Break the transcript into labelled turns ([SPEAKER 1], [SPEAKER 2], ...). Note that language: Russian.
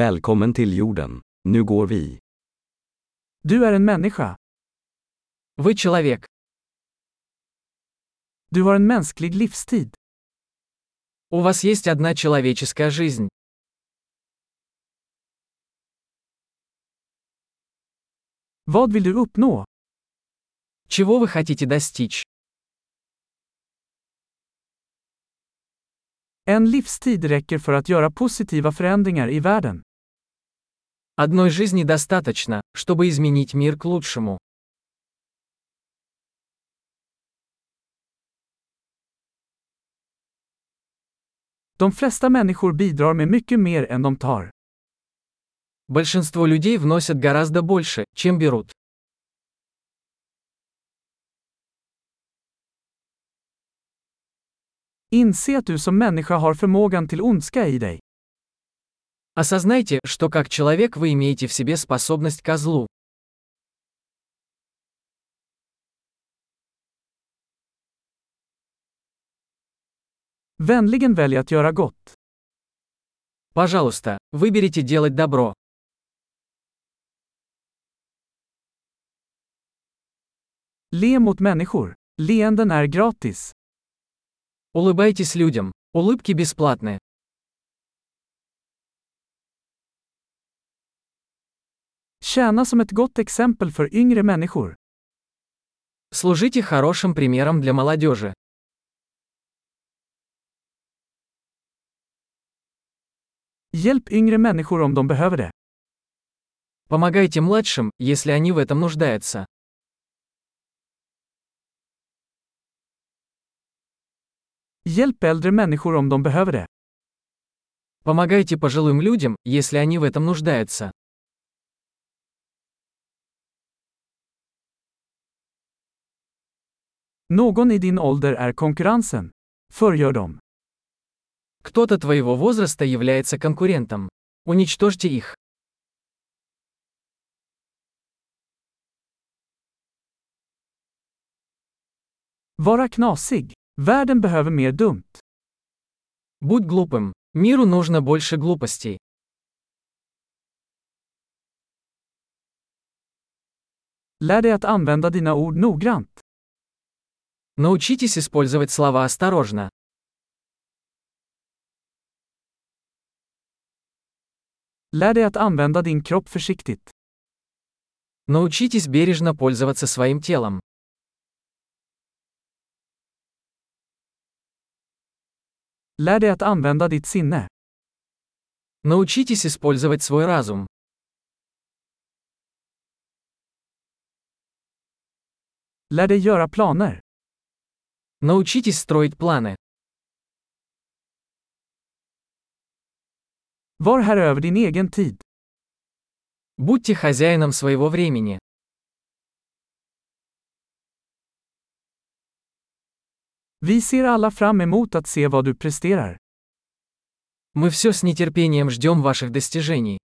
[SPEAKER 1] Välkommen till jorden. Nu går vi.
[SPEAKER 2] Du är en människa.
[SPEAKER 3] Вы человек.
[SPEAKER 2] Du har en mänsklig livstid.
[SPEAKER 3] У вас есть одна человеческая жизнь.
[SPEAKER 2] Vad vill du uppnå?
[SPEAKER 3] Чего вы хотите достичь?
[SPEAKER 2] En livstid räcker för att göra positiva förändringar i världen.
[SPEAKER 3] Одной жизни достаточно, чтобы изменить мир к лучшему.
[SPEAKER 2] De flesta människor bidrar med mycket mer än de tar.
[SPEAKER 3] Большинство людей вносят гораздо больше, чем берут.
[SPEAKER 2] Inse att du som människa har förmågan till ondska i dig.
[SPEAKER 3] Осознайте, что как человек вы имеете в себе способность ко злу.
[SPEAKER 2] Vänligen välj att göra gott.
[SPEAKER 3] Пожалуйста, выберите делать добро.
[SPEAKER 2] Le mot människor. Leenden är gratis.
[SPEAKER 3] Улыбайтесь людям. Улыбки бесплатны.
[SPEAKER 2] Tjäna som ett gott exempel för yngre människor.
[SPEAKER 3] Служите хорошим примером для молодежи.
[SPEAKER 2] Hjälp yngre människor om de behöver det.
[SPEAKER 3] Помогайте младшим, если они в этом нуждаются.
[SPEAKER 2] Hjälp äldre människor om de behöver det.
[SPEAKER 3] Помогайте пожилым людям, если они в этом нуждаются.
[SPEAKER 2] Någon i din ålder är konkurrensen. Förgör dem.
[SPEAKER 3] Кто-то твоего возраста является конкурентом. Уничтожьте их.
[SPEAKER 2] Vara knasig. Världen behöver mer dumt.
[SPEAKER 3] Будь глупым. Миру нужно больше глупостей.
[SPEAKER 2] Lär dig att använda dina ord noggrant.
[SPEAKER 3] Научитесь использовать слова осторожно.
[SPEAKER 2] Lär dig att använda din kropp försiktigt.
[SPEAKER 3] Научитесь бережно пользоваться своим телом.
[SPEAKER 2] Lär dig att använda ditt sinne.
[SPEAKER 3] Научитесь использовать свой разум.
[SPEAKER 2] Lär dig göra planer.
[SPEAKER 3] Научитесь строить планы.
[SPEAKER 2] Var herre över din egen tid.
[SPEAKER 3] Будьте хозяином своего времени.
[SPEAKER 2] Vi ser alla fram emot att se vad du presterar.
[SPEAKER 3] Мы все с нетерпением ждем ваших достижений.